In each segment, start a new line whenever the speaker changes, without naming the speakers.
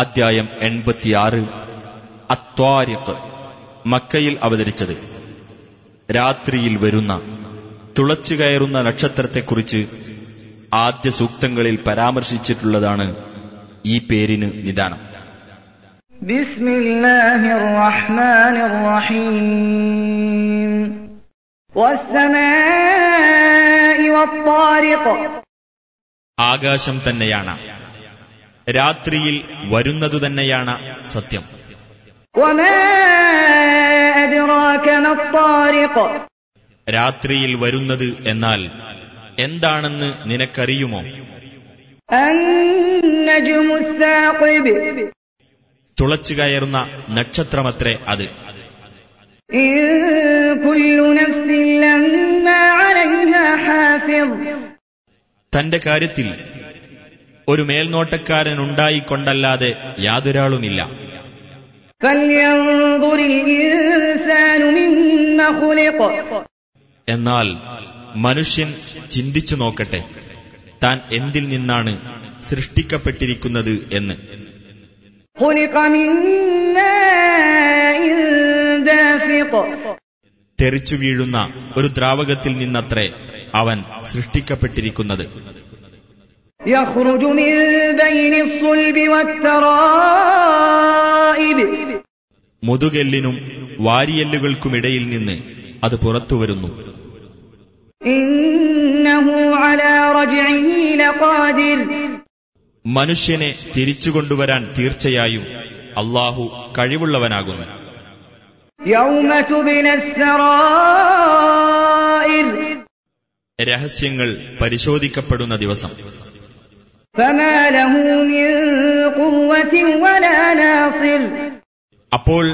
അദ്ധ്യായം എൺപത്തിയാറ് അത്വാരിഖ് മക്കയിൽ അവതരിച്ചത് രാത്രിയിൽ വരുന്ന തുളച്ചു കയറുന്ന നക്ഷത്രത്തെക്കുറിച്ച് ആദ്യ സൂക്തങ്ങളിൽ പരാമർശിച്ചിട്ടുള്ളതാണ് ഈ പേരിന് നിദാനം
بسم الله الرحمن الرحيم والسماء والطارق
ആകാശം തന്നെയാണ് രാത്രിയിൽ വരുന്നതു തന്നെയാണ് സത്യം
وما أدراك ما الطارق
രാത്രിയിൽ വരുന്നത് എന്നാൽ എന്താണെന്ന് നിനക്കറിയുമോ
النجم الثاقب
തുളച്ചു കയറുന്ന നക്ഷത്രമത്രേ അത്
إن كل نفس لما عليها حافظ
തന്റെ കാര്യത്തിൽ ഒരു മേൽനോട്ടക്കാരൻ ഉണ്ടായിക്കൊണ്ടല്ലാതെ യാതൊരാളുമില്ല
فلينظر الإنسان مما خلق
എന്നാൽ മനുഷ്യൻ ചിന്തിച്ചു നോക്കട്ടെ താൻ എന്തിൽ നിന്നാണ് സൃഷ്ടിക്കപ്പെട്ടിരിക്കുന്നത് എന്ന്
خلق من ماء دافق
തെറിച്ചു വീഴുന്ന ഒരു ദ്രാവകത്തിൽ നിന്നത്രേ അവൻ സൃഷ്ടിക്കപ്പെട്ടിരിക്കുന്നത്
يخرج من بين الصلب والترائب
മുതുകെല്ലിനും വാരിയെല്ലുകൾക്കുമിടയിൽ നിന്ന് അത് പുറത്തു വരുന്നു
إنه على رجعه لقادر
മനുഷ്യനെ തിരിച്ചുകൊണ്ടുവരാൻ തീർച്ചയായും അള്ളാഹു കഴിവുള്ളവനാകുന്നു
يوم تبلى السرائر
രഹസ്യങ്ങൾ പരിശോധിക്കപ്പെടുന്ന ദിവസം
فما له من قوة ولا ناصر
അപ്പോൾ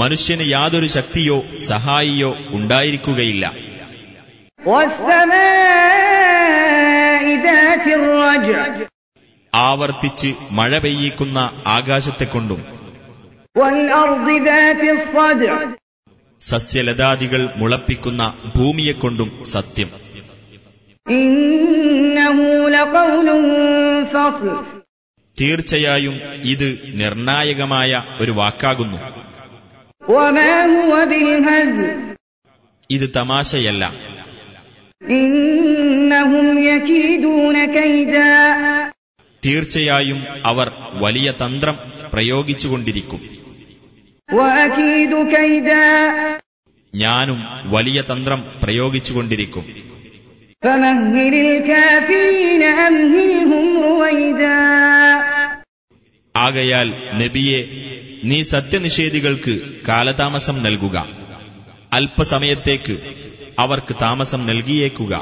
മനുഷ്യന് യാതൊരു ശക്തിയോ സഹായിയോ ഉണ്ടായിരിക്കുകയില്ല
والسماء ذات الرجع
ആവർത്തിച്ച് മഴ പെയ്യിക്കുന്ന ആകാശത്തെക്കൊണ്ടും
والأرض ذات الصدع
സസ്യലതാദികൾ മുളപ്പിക്കുന്ന ഭൂമിയെക്കൊണ്ടും സത്യം
إنه لقول فصل
തീർച്ചയായും ഇത് നിർണായകമായ ഒരു വാക്കാകുന്നു
وما هو بالهزل
ഇത് തമാശയല്ല
إنهم يكيدون كيدا
തീർച്ചയായും അവർ വലിയ തന്ത്രം പ്രയോഗിച്ചുകൊണ്ടിരിക്കും
وأكيد كيدا
ഞാനും വലിയ തന്ത്രം പ്രയോഗിച്ചുകൊണ്ടിരിക്കും
فمهل الكافرين أمهلهم رويدا
ആകയാൽ നബിയെ നീ സത്യനിഷേധികൾക്ക് കാലതാമസം നൽകുക അല്പസമയത്തേക്ക് അവർക്ക് താമസം നൽകിയേക്കുക